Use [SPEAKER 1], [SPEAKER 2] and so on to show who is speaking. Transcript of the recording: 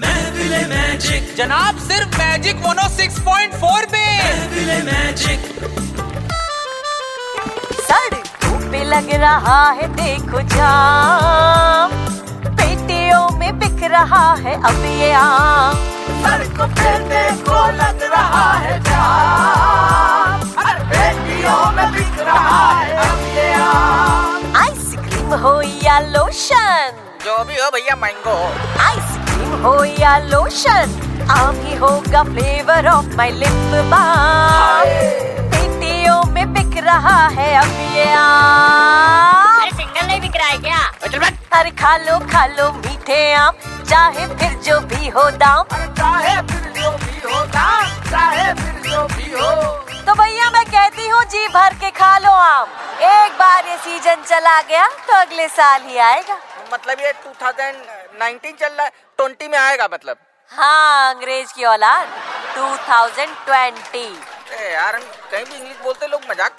[SPEAKER 1] महफिल मैजिक
[SPEAKER 2] जनाब सिर्फ मैजिक मोनो 6.4 पे
[SPEAKER 1] महफिल मैजिक
[SPEAKER 3] सड़कों पे लग रहा है देखो जाम पेटियों में बिक रहा है अब ये आम सड़कों पे देखो लग रहा है जाम पेटियों में बिक रहा है अब ये आम आइसक्रीम हो या लोशन
[SPEAKER 2] जो भी हो भैया मैंगो
[SPEAKER 3] आइसक्रीम हो या लोशन आम ही होगा flavour of my lip balm पेटियों में बिक रहा है अब ये आम
[SPEAKER 4] अरे सिंगल नहीं बिक रहा है क्या
[SPEAKER 2] चल बैठ
[SPEAKER 3] अरे खा लो खा लो मीठे आम चाहे फिर जो भी हो दाम तो भैया मैं कहती हूँ जी भर के खा लो आम एक बार ये सीजन चला गया तो अगले साल ही आएगा
[SPEAKER 2] मतलब ये 2019 चल रहा है 20 में आएगा मतलब
[SPEAKER 3] हाँ अंग्रेज की औलाद 2020
[SPEAKER 2] ए यार हम कहीं भी इंग्लिश बोलते लोग मजाक